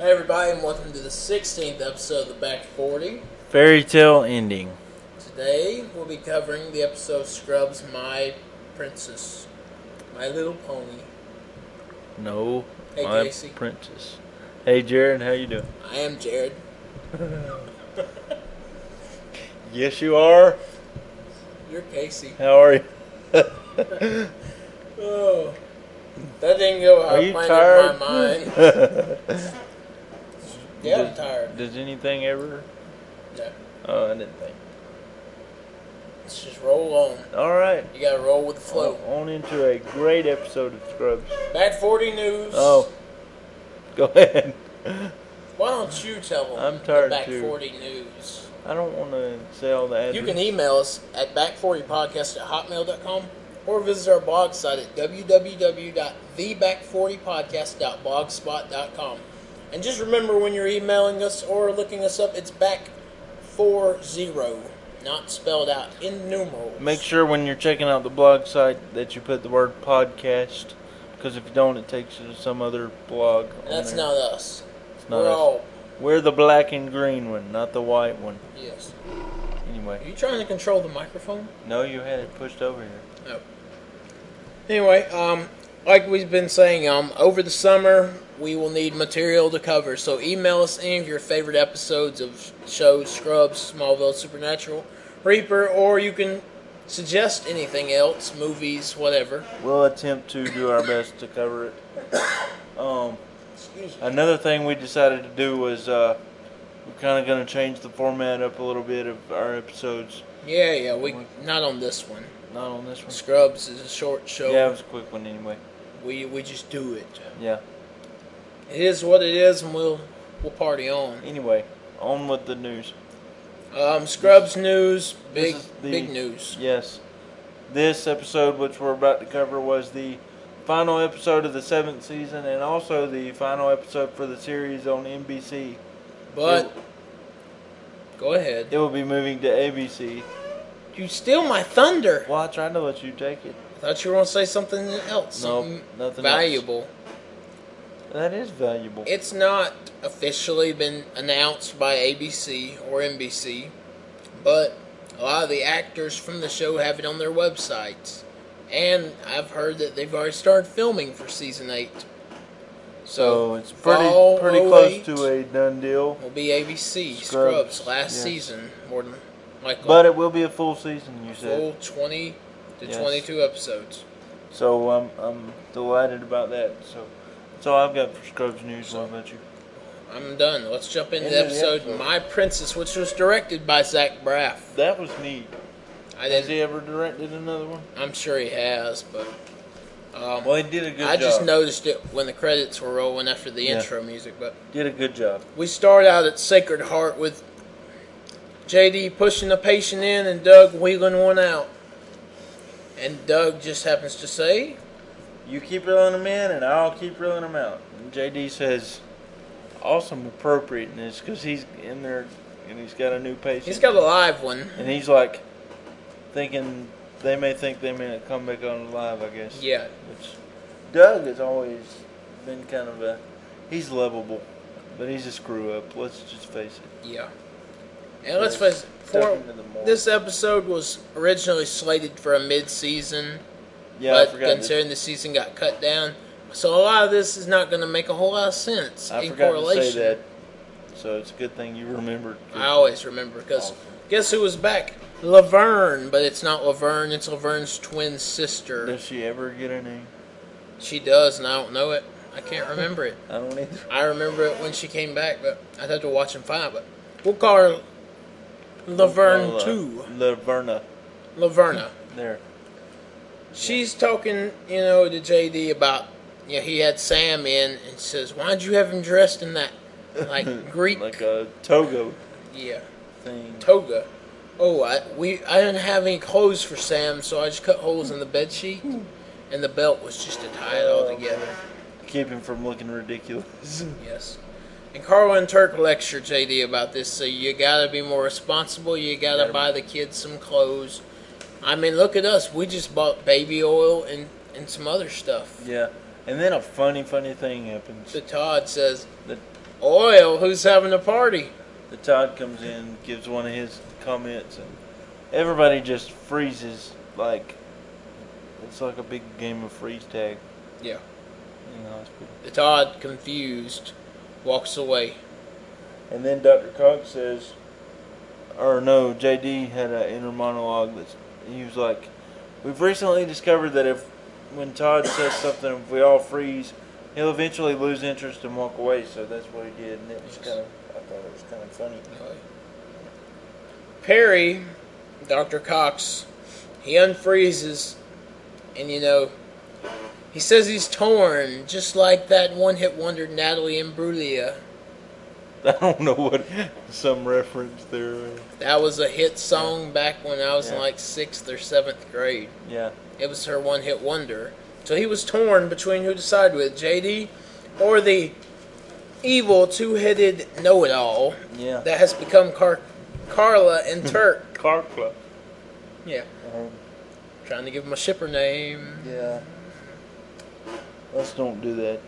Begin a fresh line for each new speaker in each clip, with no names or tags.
and welcome to the 16th episode of the Back 40.
Fairy tale ending.
Today we'll be covering the episode Scrubs My Princess, My Little Pony.
No,
Hey,
my
Casey.
princess. Hey, Jared, how you doing?
I am Jared.
Yes, you are.
You're Casey.
How are you?
Oh, that didn't go how
are
I
you
planned
tired?
in my mind. Yeah, I'm
Does-
tired.
Does anything ever?
No,
Oh, I didn't think.
let's just roll on.
All right.
You gotta roll with the flow.
On into a great episode of Scrubs.
Back 40 news.
Oh, go ahead.
Why don't you tell them
I'm tired,
the Back
too.
40 news?
I don't want to say all the address.
You can email us at back40podcast at hotmail.com or visit our blog site at www.theback40podcast.blogspot.com. And just remember when you're emailing us or looking us up, it's back 40, not spelled out in numerals.
Make sure when you're checking out the blog site that you put the word podcast, because if you don't, it takes you to some other blog. on
That's
there.
not us.
It's not
We're
us.
all.
We're the black and green one, not the white one.
Yes. Are
Anyway,
you trying to control the microphone?
no, you had it pushed over here.
No. Anyway, um, like we've been saying, um, over the summer we will need material to cover. So email us any of your favorite episodes of shows, Scrubs, Smallville, Supernatural, Reaper, or you can suggest anything else, movies, whatever.
We'll attempt to do our best to cover it. Um,
Excuse me.
another thing we decided to do was uh, we're kind of going to change the format up a little bit of our episodes.
Yeah, yeah, we not on this one.
Not on this one.
Scrubs is a short show.
Yeah, it was a quick one anyway.
We we just do it.
Yeah.
It is what it is, and we'll we'll party on.
Anyway, on with the news.
Um, Scrubs news, big
This is the-
big news.
Yes. This episode, which we're about to cover, was the final episode of the seventh season and also the final episode for the series on NBC.
But go ahead.
It will be moving to ABC.
You steal my thunder.
Well, I tried to let you take it.
I thought you were gonna say something else.
No,
something
nothing else.
valuable.
That is valuable.
It's not officially been announced by ABC or NBC, but a lot of the actors from the show have it on their websites, and I've heard that they've already started filming for season eight.
so it's pretty
fall
pretty close
08
to a done deal.
will be ABC Scrubs,
Scrubs,
last
yes.
season more than likely.
But it will be a full season, you said.
full twenty to
Yes.
twenty-two episodes.
So I'm I'm delighted about that. So that's all I've got for Scrubs news. What about you?
I'm done. Let's jump into
End
the
of the
episode,
episode.
My Princess, which was directed by Zach Braff.
That was neat.
I
Has
didn't,
he ever directed another one?
I'm sure he has, but um,
Well, he did a good
I
job.
just noticed it when the credits were rolling after the
Yeah.
intro music. But
Did a good job.
we start out at Sacred Heart with JD pushing a patient in and Doug wheeling one out. And Doug just happens to say,
You keep reeling them in, and I'll keep reeling them out. And JD says, awesome appropriateness, because he's in there and he's got a new patient.
he's got a live one.
and he's like thinking they may think they may not come back on alive. I guess.
Yeah.
Which Doug has always been kind of a he's lovable, but he's a screw up. Let's just face it.
Yeah. And let's
Yes.
face it, for,
Stuck into the mold.
this episode was originally slated for a mid-season,
Yeah, I
but
forgot.
considering the season got cut down, so a lot of this is not going to make a whole lot of sense
to, I
in
forgot to
correlation.
say that. So it's a good thing you remembered.
I always remember because
Awesome.
guess who was back? Laverne, but it's not Laverne; it's Laverne's twin sister.
Does she ever get a name?
She does, and I don't know it. I can't remember it.
I don't either.
I remember it when she came back, but I'd have to watch and find out. But we'll call her Laverne Two,
Laverna.
Laverna.
There.
She's talking, you know, to JD about, you know, he had Sam in and says, why'd you have him dressed in that, like, Greek,
Like a Togo
yeah,
thing.
toga? Oh, I, we, I didn't have any clothes for Sam, so I just cut holes in the bed sheet, and the belt was just to tie it all together.
Keep him from looking ridiculous.
Yes. And Carl and Turk lecture JD about this. So you gotta be more responsible. You gotta
Yeah.
buy the kids some clothes. I mean, look at us. We just bought baby oil and and some other stuff.
yeah. And then a funny, funny thing happens.
So Todd says,
That
Oil, who's having a party?
The Todd comes in, gives one of his comments, and everybody just freezes. Like it's like a big game of freeze tag.
Yeah.
You know, it's pretty-
The Todd, confused, walks away.
And then Dr. Cox says, or no, JD had an inner monologue that he was like, "We've recently discovered that if when Todd says something, if we all freeze, he'll eventually lose interest and walk away." So that's what he did, and it was kind of I thought it was kind of funny.
Perry, Dr. Cox, he unfreezes and you know he says he's torn, just like that one hit wonder Natalie Imbruglia.
I don't know what some reference there. is.
That was a hit song back when I was in
Yeah.
like sixth or seventh grade.
Yeah,
It was her one hit wonder. So he was torn between who to side with, JD or the evil two headed know it all
yeah. Hmm.
that has become Car- Carla and Turk.
car club.
Yeah. Trying to give him a shipper name.
Uh-huh. yeah. Let's don't do that.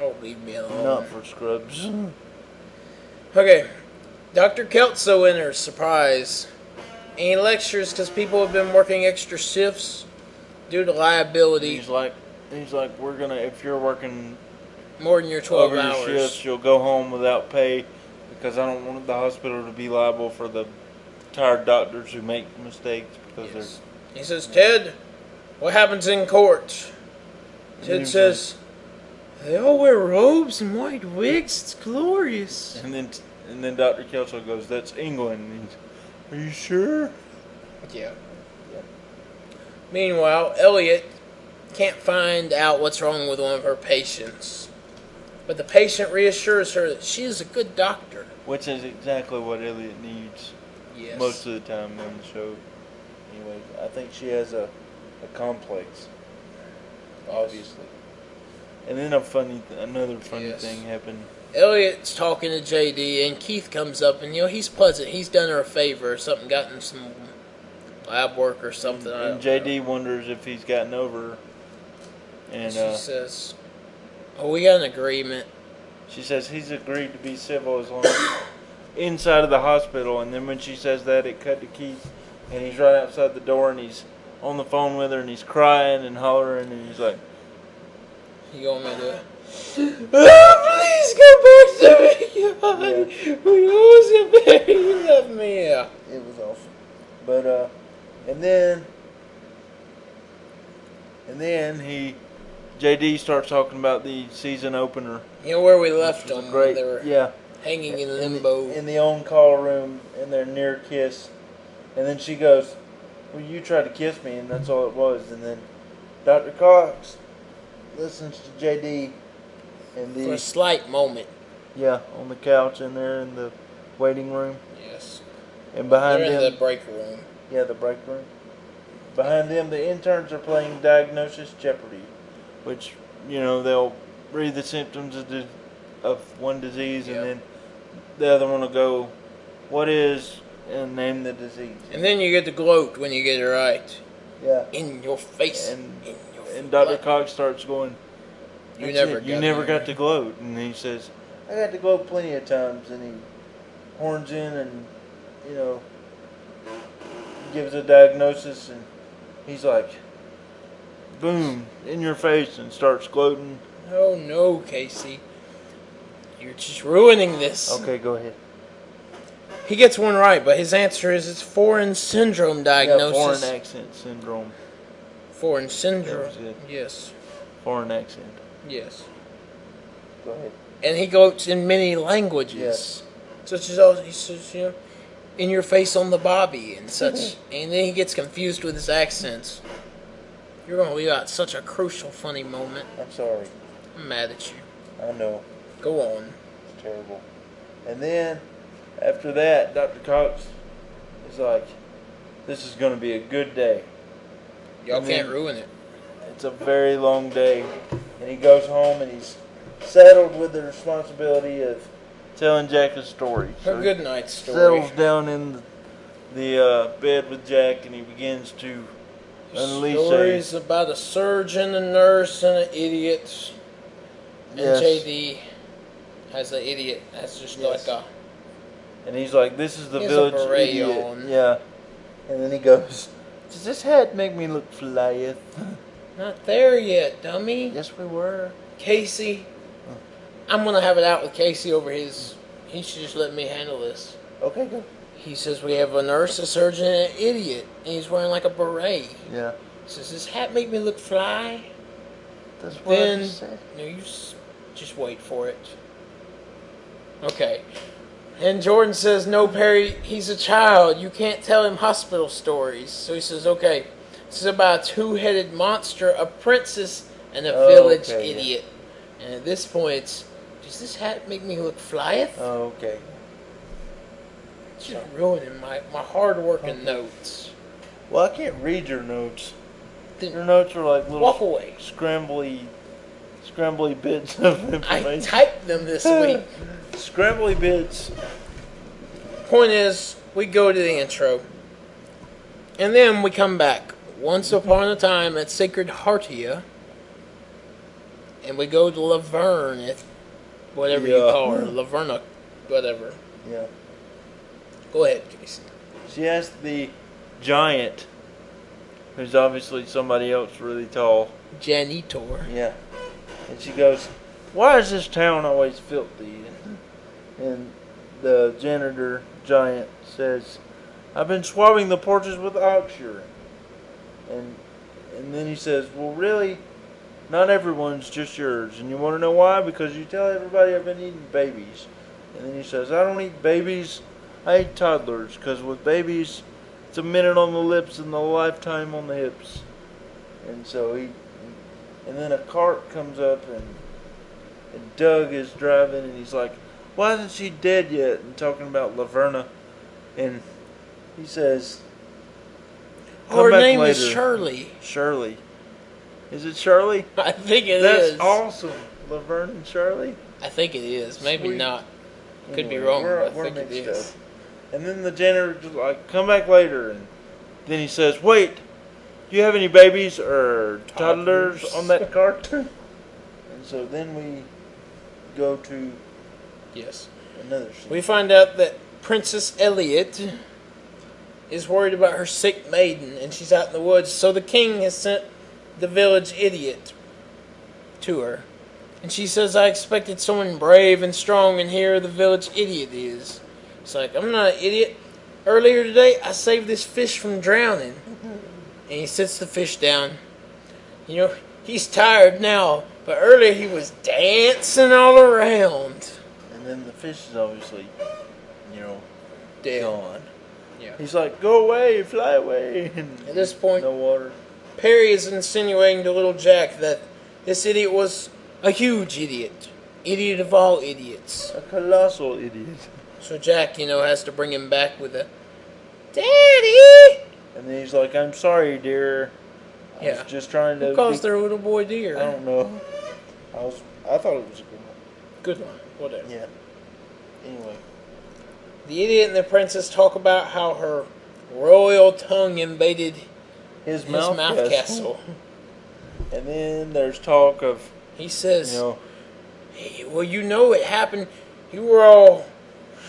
Oh, leave me alone.
Not for scrubs.
Okay. Dr. Kelso enters, surprise. And he lectures because people have been working extra shifts due to liability
He's like, he's like, we're gonna. If you're working
more than your 12
over your
hours.
shifts, you'll go home without pay because I don't want the hospital to be liable for the tired doctors who make mistakes because
Yes. He says, Ted, what happens in court?
And he
Ted
was
says, they all wear robes and white wigs. It's glorious.
they're. And then, and then Doctor Kelso goes, "That's England." And he's, Are you sure?
Yeah. Meanwhile, Elliot can't find out what's wrong with one of her patients. But the patient reassures her that she is a good doctor.
Which is exactly what Elliot needs.
Yes.
most of the time on the show. Anyway, I think she has a, a complex, obviously. And then a funny, th- another funny
Yes.
thing happened.
Elliot's talking to JD, and Keith comes up, and you know he's pleasant. He's done her a favor or something, gotten some lab work or something. I
And
don't know.
JD wonders if he's gotten over. And
she
uh,
says, "Oh, we got an agreement."
she says he's agreed to be civil as long as inside of the hospital. And then when she says that, it cut to Keith, and he's right outside the door, and he's on the phone with her, and he's crying and hollering, and he's like,
You want me to do it? Oh, please go back to me, God. We always get back. You love me. Yeah.
It was awesome. But uh and then and then he JD starts talking about the season opener.
You know where we left
which was a
them?
great,
they were
yeah.
hanging in
In
limbo.
the, in the on call room and their near kiss. And then she goes, Well you tried to kiss me and that's all it was and then Dr. Cox listens to JD and
for a
the
slight moment.
Yeah, on the couch in there in the waiting room.
Yes.
And behind
They're in
him
the break room.
Yeah, the break room. Behind them, the interns are playing Diagnosis Jeopardy, which, you know, they'll read the symptoms of, the, of one disease
Yeah.
and then the other one will go, What is, and name the disease.
And then you get the gloat when you get it right.
yeah.
In your face.
And-
in your
And Dr.
face.
Cox starts going,
You
"That's
never
it. You
got
never
there."
got to gloat. And he says, I got to gloat plenty of times. And he horns in and, you know, gives a diagnosis. And he's like, boom, in your face, and starts gloating.
Oh no, Casey. You're just ruining this.
Okay, go ahead.
He gets one right, but his answer is it's foreign syndrome
Yeah,
diagnosis.
foreign accent syndrome.
Foreign syndrome.
That was it.
Yes.
Foreign accent.
Yes.
Go ahead.
And he gloats in many languages. Such as all he says, you know, in your face on the bobby and such. and then he gets confused with his accents. You're gonna leave out such a crucial funny moment.
I'm sorry.
I'm mad at you.
I know.
Go on.
It's terrible. And then after that, Dr. Cox is like, this is going to be a good day.
Y'all
And
can't
then-
ruin it.
It's a very long day. And he goes home and he's saddled with the responsibility of telling Jack a story.
Her
he
good night story.
settles down in the, the uh, bed with Jack and he begins to unleash a
Stories about a surgeon, a nurse, and an idiot. And
Yes.
JD. as an idiot. That's just
Yes.
like a
and he's like, "This is the
Here's a
village
beret
idiot."
on.
Yeah.
And then he goes,
Does this hat make me look flyeth?
not there yet, dummy.
yes, we were.
Casey, I'm gonna have it out with Casey over his. He should just let me handle this.
okay, go.
He says we have a nurse, a surgeon, and an idiot, and he's wearing like a beret.
Yeah.
Says this hat make me look fly.
That's what I
Then
just said.
no, you s- just wait for it. Okay. And Jordan says, "No, Perry, he's a child. You can't tell him hospital stories." So he says, "Okay, this is about a two-headed monster, a princess, and a
Oh,
village
okay, yeah.
idiot." And at this point, it's, does this hat make me look flyeth?
Oh, okay.
it's just ruining my my hard-working notes.
Well, I can't read your notes.
Then
Your notes are like little
walk away.
scrambly, scrambly bits of
I
information.
typed them this week.
scrambly bits.
Point is, we go to the intro, and then we come back. Once upon a time at Sacred Heartia, and we go to Laverne at whatever you
Yeah.
call her, Laverna, whatever.
Yeah.
Go ahead, Casey.
She asked the giant, who's obviously somebody else really tall.
Janitor.
Yeah.
And she goes, Why is this town always filthy? And the janitor giant says, I've been swabbing the porches with oxure. And and then he says, Well really, not everyone's just yours. And you wanna know why? Because you tell everybody I've been eating babies. And then he says, I don't eat babies, I eat toddlers, because with babies it's a minute on the lips and a lifetime on the hips. And so he and then a cart comes up and, and Doug is driving and he's like, Why isn't she dead yet? And talking about Laverna. And he says, Come
Her
back
name is
later.
Shirley.
Shirley. Is it Shirley?
I think it is.
That's awesome. Laverne and Shirley?
I think it is. Maybe
Sweet.
not. Could be
Anyway,
wrong,
we're-
but I
we're
think it
mixed
is.
up. And then the janitor's like, Come back later. And then he says, Wait, do you have any babies or toddlers,
Toddlers.
on that cart? and so then we go to
Yes.
another scene.
We find out that Princess Elliot is worried about her sick maiden and she's out in the woods, so the king has sent the village idiot to her. And she says, I expected someone brave and strong, and here the village idiot is. It's like, I'm not an idiot. Earlier today, I saved this fish from drowning. And he sits the fish down. You know, he's tired now, but earlier he was dancing all around.
And then the fish is obviously, you know,
Dead.
gone.
Yeah.
He's like, go away, fly away. And
At this point-
no water.
Perry is insinuating to little Jack that this idiot was a huge idiot. Idiot of all idiots.
A colossal idiot.
So Jack, you know, has to bring him back with a Daddy!
And then he's like, I'm sorry, dear. I
Yeah.
was just trying to.
Who calls
be-
their little boy
I
dear?
don't know. I was. I thought it was a good one.
Good one. Whatever.
Yeah. Anyway.
The idiot and the princess talk about how her royal tongue invaded
His,
his mouth, castle.
And then there's talk of,
He
you
says,
know,
"Hey, Well, you know it happened. You were all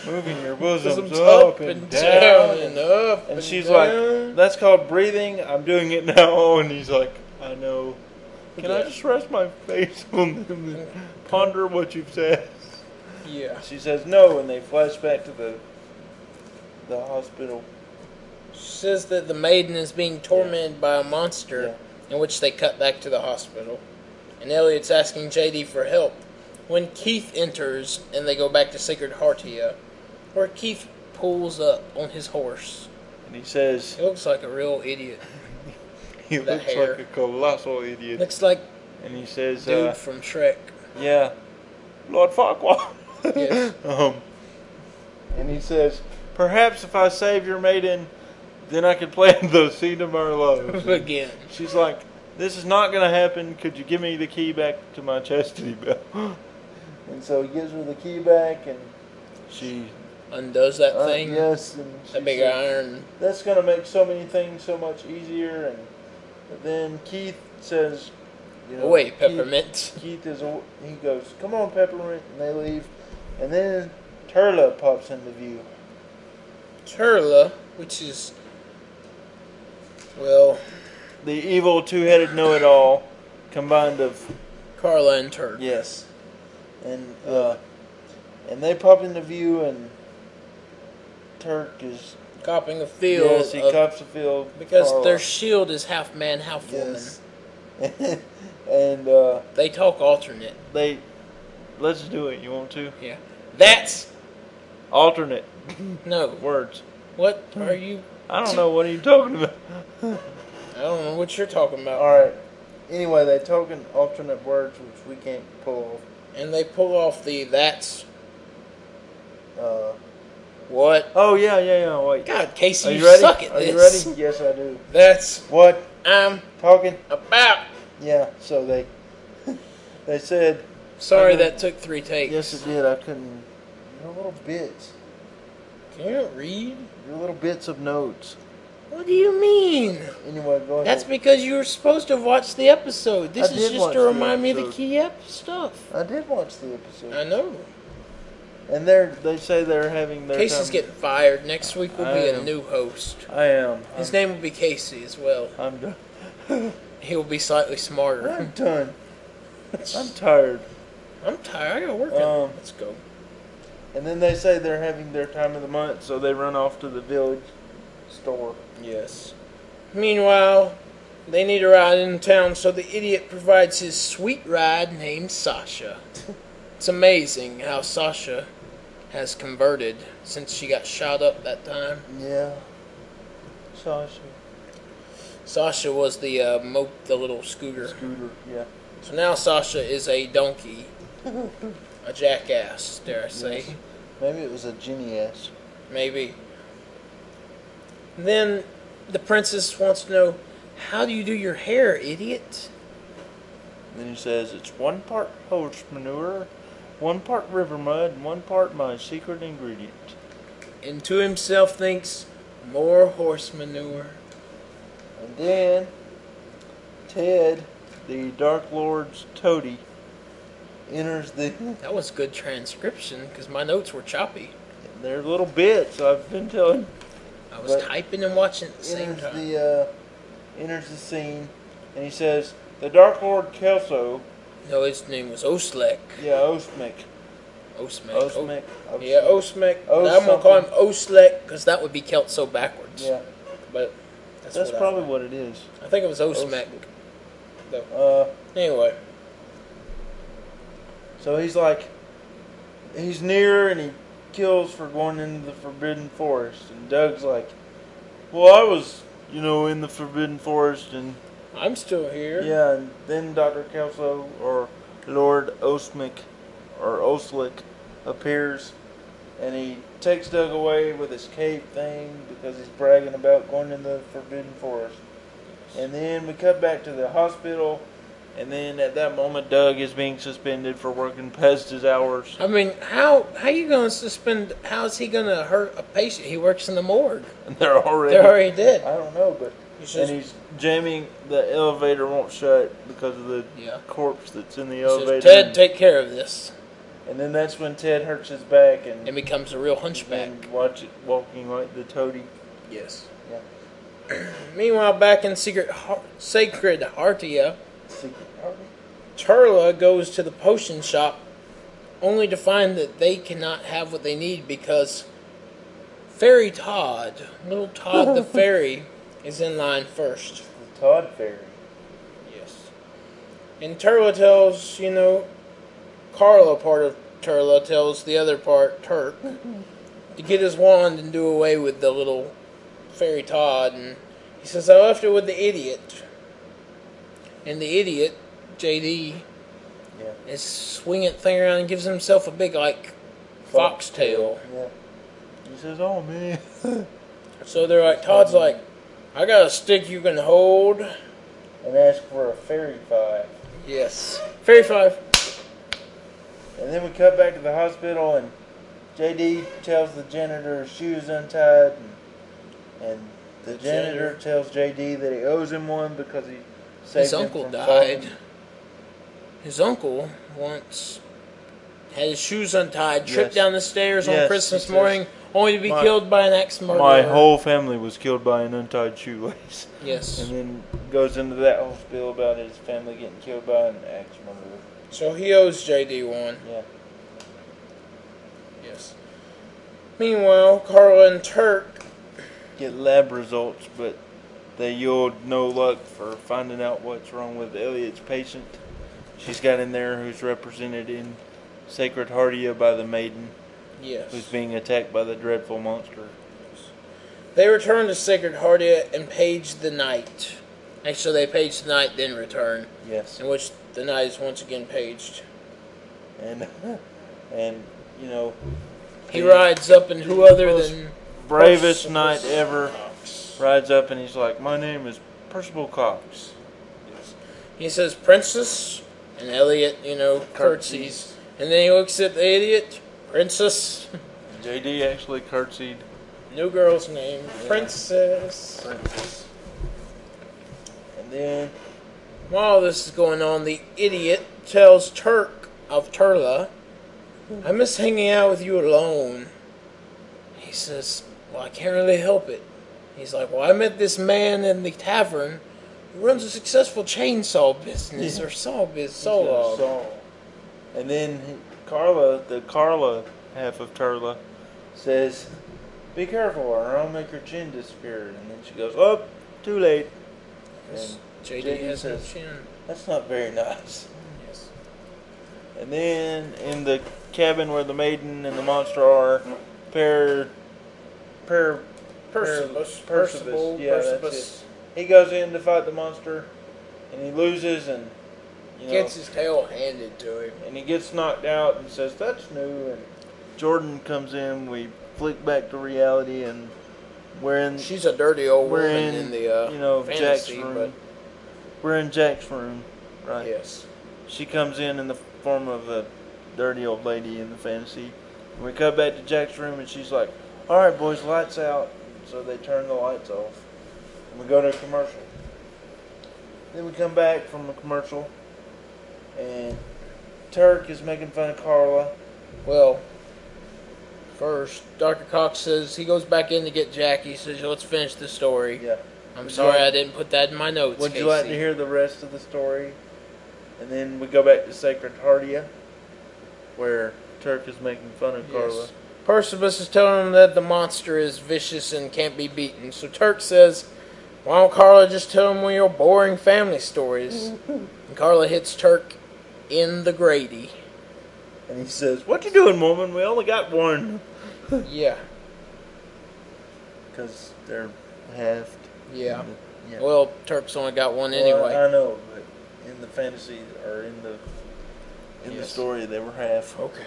moving your bosoms
bosoms
up and down.
and up.
And she's
down.
like, that's called breathing. I'm doing it now. And he's like, I know. Can I
Yeah.
just rest my face on them and ponder what you've said?
Yeah.
She says no, and they flash back to the the hospital.
says that the maiden is being tormented by a monster, in which they cut back to the hospital. And Elliot's asking JD for help when Keith enters and they go back to Sacred Heartia, where Keith pulls up on his horse.
And he says
He looks like a real idiot.
he
The
looks
hair.
like a colossal idiot.
Looks like
And he says,
dude
uh,
from Shrek.
yeah, Lord Farquaad.
Yes.
um, and he says, perhaps if I save your maiden, then I could plant those seed of our loves.
Again.
She's like, "This is not gonna happen. Could you give me the key back to my chastity belt?"
And so he gives her the key back and.
She,
Undoes that
uh,
thing.
yes. And she
That big
said,
iron.
that's gonna make so many things so much easier. And then Keith says, you know,
Away,
Keith-
peppermint.
Keith is. aw- He goes, "Come on, peppermint," and they leave.
And then Turla pops into view.
Turla, which is, well,
The evil two-headed know-it-all, combined of
Carla and Turla.
yes,
And uh, and they pop into view and Turk is
Copping a field.
yes, he
of-
cops a field
because
Carl.
their shield is half man, half
yes. and uh,
woman. They talk alternate.
they. Let's do it. You want to
Yeah. That's.
alternate
No.
words?
What are you.
I don't know. What are you talking about?
I don't know what you're talking about.
all right. Anyway, they talk in alternate words which we can't pull
And they pull off the that's
off. Uh,
what.
Oh yeah, yeah, yeah. Wait.
God, Casey,
Are
you,
you ready?
suck at
are you
this.
ready? Yes, I do.
That's
What
I'm
talking?
about.
Yeah. So they they said
Sorry,
Okay.
that took three takes.
Yes, it
did I couldn't. You're little bits.
Can you read?
Your little bits of notes.
What do you mean?
Anyway, go ahead.
That's because you were supposed to watch the episode. This
I
is
did
just
watch
to
the
remind me the
episode.
key ep stuff.
I did watch the episode.
I know.
And they're
They say they're having their
Casey's
time.
getting fired. Next week will be
I
a
am. Um,
new host.
I am.
His
I'm,
name will be Casey as well.
I'm done.
He will be slightly
I'm
smarter.
done.
I'm tired.
I'm tired. I gotta work.
Um,
out. Let's go.
And then they say they're having their time of the month, so they run off to the village store. Yes.
Meanwhile, they need a ride in town, so the idiot provides his sweet ride named Sasha. it's amazing how Sasha has converted since she got shot up that time.
Yeah. Sasha.
Sasha was the uh, mope, the little scooter.
Scooter. Yeah.
So now Sasha is a donkey, a jackass, dare I say,
Yes. Maybe it was a Ginny ass.
maybe. Then the princess wants to know, how do you do your hair, idiot?
Then he says it's one part horse manure, one part river mud, and one part my secret ingredient.
and to himself thinks, More horse manure.
And then Ted
The Dark Lord's toady.
enters the.
That was good transcription because my notes were choppy.
They're little bits. I've been telling.
I was
But-
typing and watching at the same
enters
time.
the.
you. uh, Enters the scene, and he says the Dark Lord Kelso.
no, his name was Oslek.
Yeah, Osmic.
Osmek. O-
Osmic.
Uh,
Yeah, Osmek.
O
I'm going to call him Oslek because that would be Celt so backwards.
Yeah.
But that's,
That's
what
probably what it is.
I, I think it was Osmek. Though.
Uh,
E Anyway,
So he's like, he's near and he kills for going into the Forbidden Forest. And Doug's like, well, I was, you know, in the Forbidden Forest. And
I'm still here.
yeah, and then Dr. Kelso or Lord Osmic or Oslick appears and he takes Doug away with his cape thing because he's bragging about going into the Forbidden Forest. And then we cut back to the hospital. And then at that moment, Doug is being suspended for working past his hours.
I mean, how how you going to suspend? How is he going to hurt a patient? He works in the morgue.
And they're already.
They're already
I
dead.
don't know, but
You should-
and he's jamming. The elevator won't shut because of the
Yeah.
corpse that's in the
Says,
elevator.
Ted, take care of this.
and then that's when Ted hurts his back and,
And becomes a real hunchback.
and watch it walking like the toady.
Yes.
yeah.
Meanwhile, back in secret, Har- sacred Hartia,
Secret Harvey.
Turla goes to the potion shop, only to find that they cannot have what they need because Fairy Todd, little Todd the fairy, is in line first.
The Todd Fairy.
Yes. And Turla tells, you know, Carla, part of Turla, tells the other part, Turk, to get his wand and do away with the little fairy Todd. And he says, I left it with the idiot. And the idiot, JD,
Yeah.
is swinging the thing around and gives himself a big, like, foxtail.
Yeah.
He says, "Oh man."
So they're like, Todd's like, I got a stick you can hold.
And ask for a fairy five.
Yes. Fairy Five.
And then we cut back to the hospital, and JD tells the janitor his shoes untied, and, and the,
The
janitor,
janitor.
tells JD that he owes him one because he saved
His
him
uncle
from
died.
falling.
His uncle once had his shoes untied, tripped
Yes.
down the stairs on
Yes, he
Christmas
says.
morning, only to be
My-
killed by an axe murderer.
My whole family was killed by an untied shoelace.
yes.
And then goes into that whole spiel about his family getting killed by an axe murderer.
So he owes JD one.
Yeah.
Yes. Meanwhile, Carla and Turk.
Get lab results, but they yield no luck for finding out what's wrong with Elliot's patient. She's got in there who's represented in Sacred Heartia by the maiden
Yes.
who's being attacked by the dreadful monster.
They return to Sacred Heartia and page the knight. Actually, they page the knight, then return,
Yes.
in which the knight is once again paged.
And and you know
He
the
rides up, and who other than
bravest knight ever rides up and he's like, My name is Percival Cox.
he says, "Princess," and Elliot, you know, curtsies, and then he looks at the idiot, "Princess."
JD actually curtsied
New girl's name, Princess.
and then
While this is going on, the idiot tells Turk of Turla, I miss hanging out with you alone. He says, Well, I can't really help it. He's like, Well, I met this man in the tavern who runs a successful chainsaw business or saw business. Saw log."
Saul. And then he- Carla, the Carla half of Turla, says, "Be careful, or I'll make your chin disappear." And then she goes, "Oh, too late." And
JD has no
says-
chin.
that's not very nice.
Yes.
And then in the cabin where the maiden and the monster are, pair, pair,
Percibus, Percival,
Percibus, yeah, that's
Percibus.
it. He goes in to fight the monster, and he loses, and you know,
Gets his tail handed to him.
and he gets knocked out and says, "That's new." And Jordan comes in. We flick back to reality, and we're in
She's a dirty old
we're
woman in,
in,
the uh,
you know
fantasy,
Jack's room. We're in Jack's room,
but
right?
yes.
She comes in in the form of a dirty old lady in the fantasy. And we cut back to Jack's room, and she's like, "All right, boys, lights out." So they turn the lights off, and we go to a commercial. Then we come back from a commercial, and Turk is making fun of Carla.
Well, first, Dr. Cox says he goes back in to get Jack. He says, let's finish the story.
Yeah.
I'm
Would you
sorry
like-
I didn't put that in my notes.
Would you like to
Casey."
hear the rest of the story? And then we go back to Sacred Heartia, where Turk is making fun of Carla.
Yes. Percivus is telling him that the monster is vicious and can't be beaten. So Turk says, Why don't Carla just tell him one of your boring family stories? and Carla hits Turk in the Grady.
And he says, "What you doing, woman? We only got one."
Yeah,
Because they're halved.
yeah.
Yeah.
Well, Turk's only got one
Well, uh,
anyway.
I know, but in the fantasy or in the in the
Yes. Oh,
story, they were half.
Okay.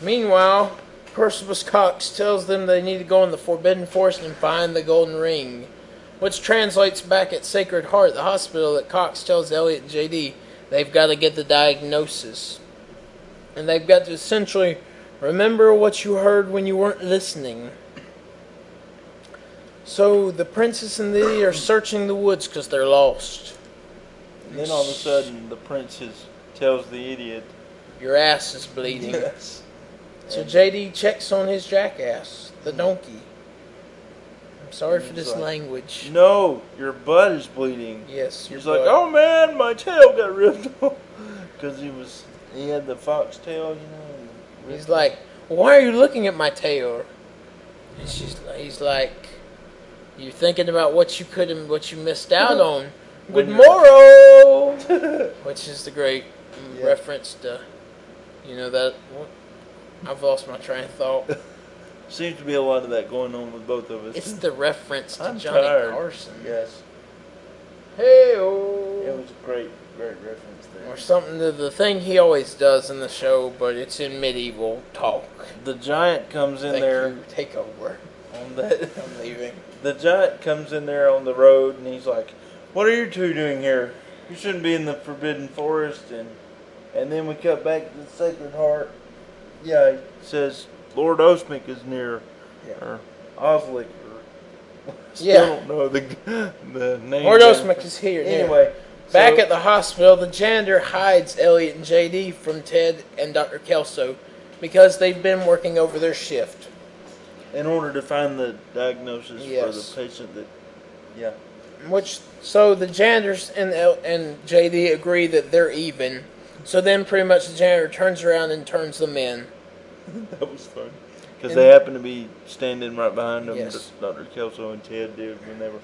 Meanwhile, Percivus Cox tells them they need to go in the Forbidden Forest and find the Golden Ring, which translates back at Sacred Heart, the hospital that Cox tells Elliot and JD they've got to get the diagnosis. And they've got to essentially remember what you heard when you weren't listening. So the princess and the idiot are searching the woods because they're lost.
And then all of a sudden, the princess tells the idiot,
Your ass is bleeding.
"Yes."
So JD checks on his jackass, the donkey. I'm sorry for
He's
this
like,
language.
"No, your butt is bleeding."
Yes,
He's
your
like,
butt.
"Oh man, my tail got ripped off," because he was he had the fox tail, you know. and ripped
He's like, why are you looking at my tail? And she's, he's like, you're thinking about what you could and what you missed out on. Good
When
morrow, which is the great
Yeah.
reference to, you know that. I've lost my train of thought.
Seems to be a lot of that going on with both of us.
It's the reference to
I'm
Johnny
tired.
Carson.
yes,
Hey
it was a great, great reference there.
or something to the thing he always does in the show, but it's in medieval talk.
The giant comes in
Thank
there
you. Take over.
on that.
I'm leaving.
The giant comes in there on the road and he's like, "What are you two doing here? You shouldn't be in the forbidden forest." And and then we cut back to the Sacred Heart. Yeah, he says Lord Osmic is near, or Oslic, or
Yeah.
Still don't know the the name.
Mordos Mc is here.
Anyway,
Back
So-
at the hospital, the janitor hides Elliot and JD from Ted and Dr. Kelso because they've been working over their shift.
in order to find the diagnosis
Yes.
for the patient that
Yeah.
Which so the janitors and El- and JD agree that they're even. So then, pretty much, the janitor turns around and turns them in.
that was fun because
And-
they happened to be standing right behind them.
Yes.
Dr. Kelso and Ted did when they were.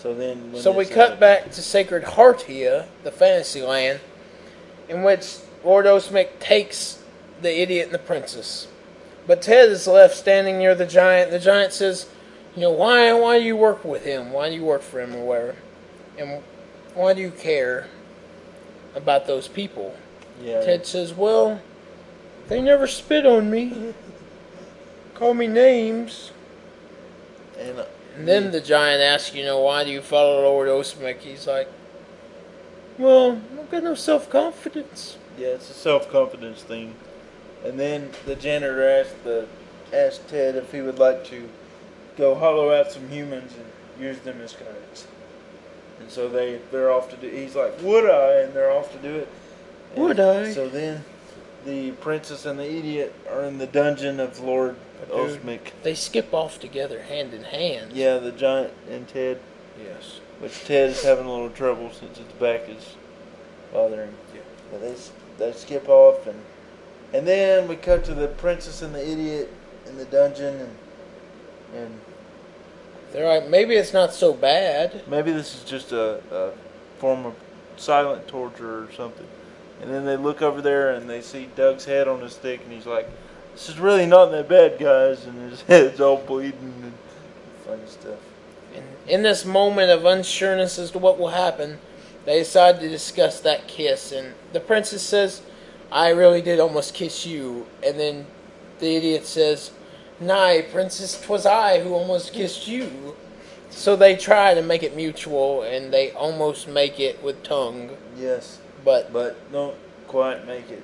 So then. When
So we
this
cut
happened-
back to Sacred Heartia, the fantasy land, in which Lord Osmic takes the idiot and the princess. But Ted is left standing near the giant. The giant says, You know, why why do you work with him? Why do you work for him or whatever? And why do you care about those people?
Yeah.
Ted says, Well, they never spit on me. Call me names.
And, uh,
And then the giant asks, you know, why do you follow Lord Osmic? He's like, well, I've got no self confidence.
yeah, it's a self confidence thing.
And then the janitor asked the asked Ted if he would like to go hollow out some humans and use them as kites. And so they they're off to do. He's like, would I? And they're off to do it. And
Would I?
So then
The princess and the idiot are in the dungeon of Lord
Dude.
Osmic.
They skip off together hand in hand.
Yeah, the giant and Ted,
yes,
which Ted is having a little trouble since his back is bothering.
but they s- they skip off and and then we cut to the princess and the idiot in the dungeon and and
They're like, maybe it's not so bad.
Maybe this is just a, a form of silent torture or something. And then they look over there and they see Doug's head on a stick, and he's like, "This is really not that bad, guys." And his head's all bleeding. And
funny stuff.
And in this moment of unsureness as to what will happen, they decide to discuss that kiss. And the princess says, I really did almost kiss you. And then the idiot says, Nay, princess, 'twas I who almost kissed you. So they try to make it mutual, and they almost make it with tongue.
Yes,
But
but don't quite make it.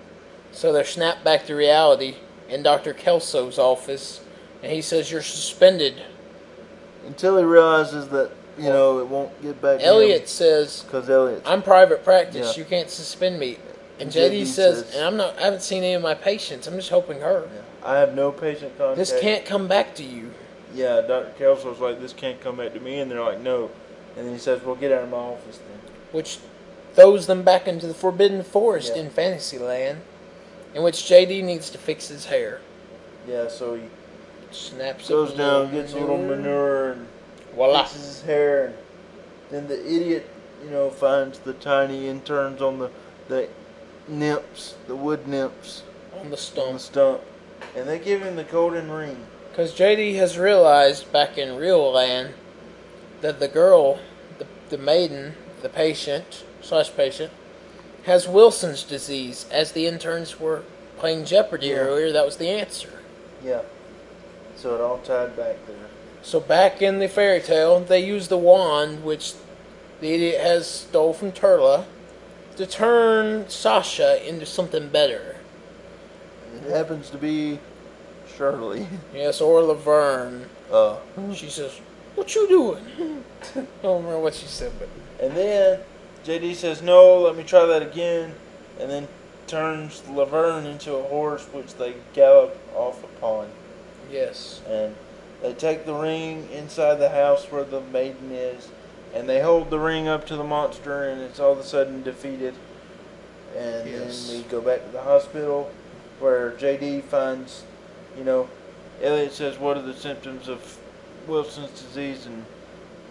so they're snapped back to reality in Dr. Kelso's office, and he says, You're suspended.
until he realizes that you know it won't get back.
Elliot says,
because Elliot's
I'm private practice.
Yeah.
You can't suspend me. And
JD
JD, says,
says-
and I'm not. I haven't seen any of my patients. I'm just helping her.
I have no patient contact.
This can't come back to you.
Yeah, Dr. Kelso's like, "This can't come back to me," and they're like, "No."
And then he says, "Well, get out of my office then."
which throws them back into the Forbidden Forest
Yeah.
in Fantasyland, in which JD needs to fix his hair.
Yeah, so he
Snaps
Goes
up a
down,
little
gets a little manure, and
Voila.
fixes his hair, and
then the idiot, you know, finds the tiny interns on the the nymphs, the wood nymphs.
On the
on the
stump.
stump.
and they give him the golden ring.
Because JD has realized back in real land that the girl, the, the maiden, the patient, slash patient, has Wilson's disease. As the interns were playing Jeopardy earlier, that was the answer.
Yeah, so it all tied back there.
So back in the fairy tale, they use the wand, which the idiot has stole from Turla, to turn Sasha into something better.
It happens to be Shirley.
Yes, or Laverne.
Uh,
She says, "What you doing?" I don't remember what she said, but
And then JD says, "No, let me try that again," and then turns Laverne into a horse, which they gallop off upon,
yes.
and they take the ring inside the house where the maiden is, and they hold the ring up to the monster, and it's all of a sudden defeated. And
Yes.
then we go back to the hospital, where JD finds, you know,
Elliot says, "What are the symptoms of Wilson's disease?" And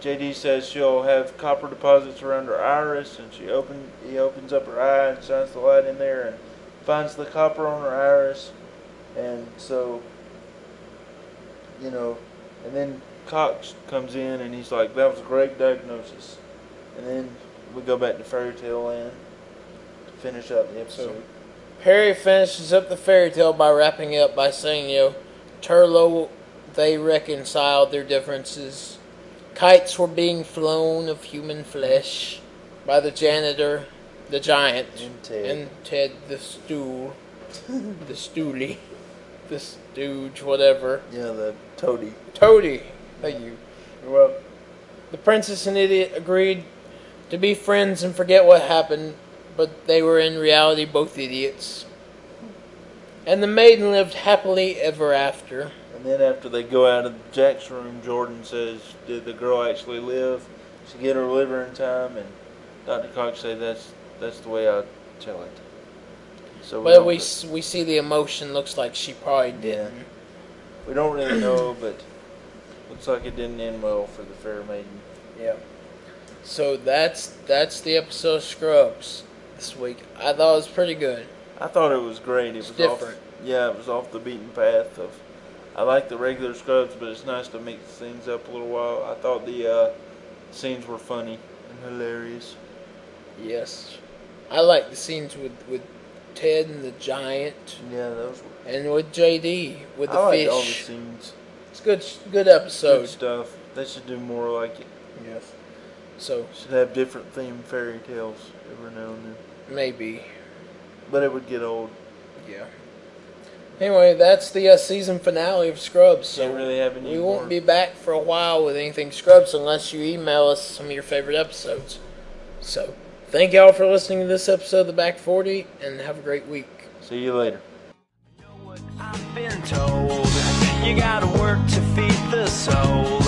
JD says she'll have copper deposits around her iris, and she open he opens up her eye and shines the light in there and finds the copper on her iris.
and so, you know, and then
Cox comes in and he's like, "That was a great diagnosis." And then we go back to fairy tale land.
finish up the episode.
Harry finishes up the fairy tale by wrapping it up by saying, you know, Turlo, they reconciled their differences. Kites were being flown of human flesh by the janitor, the giant,
And Ted.
and Ted the stool, the stoolie, the stooge, whatever.
Yeah, the toady.
Toady, thank you.
Well,
The princess and idiot agreed to be friends and forget what happened, but they were in reality both idiots. And the maiden lived happily ever after.
And then after they go out of Jack's room, Jordan says, "Did the girl actually live? Did she get her liver in time?" And Dr. Cox said, "That's that's the way I tell it." So
But
don't
we
re-
s- we see the emotion looks like she probably didn't.
we don't really know, but looks like it didn't end well for the fair maiden.
Yeah.
So that's that's the episode of Scrubs this week. I thought it was pretty good.
I thought it was great. It was
It's different.
Off, yeah, it was off the beaten path of. I like the regular scrubs, but it's nice to mix things up a little while. I thought the uh, scenes were funny and hilarious.
Yes, I like the scenes with with Ted and the giant,
Yeah, those were.
and with JD with the
I liked all the
fish.
scenes.
it's good good
Good
episode.
stuff. They should do more like it.
Yes.
So
Should have different themed fairy tales every now and then.
maybe
But it would get old.
yeah. Anyway, that's the uh, season finale of Scrubs. So
Can't really have any
we
more.
won't be back for a while with anything Scrubs unless you email us some of your favorite episodes. So thank y'all for listening to this episode of the Back Forty, and have a great week.
See you later.
I've been told you gotta work to feed the soul.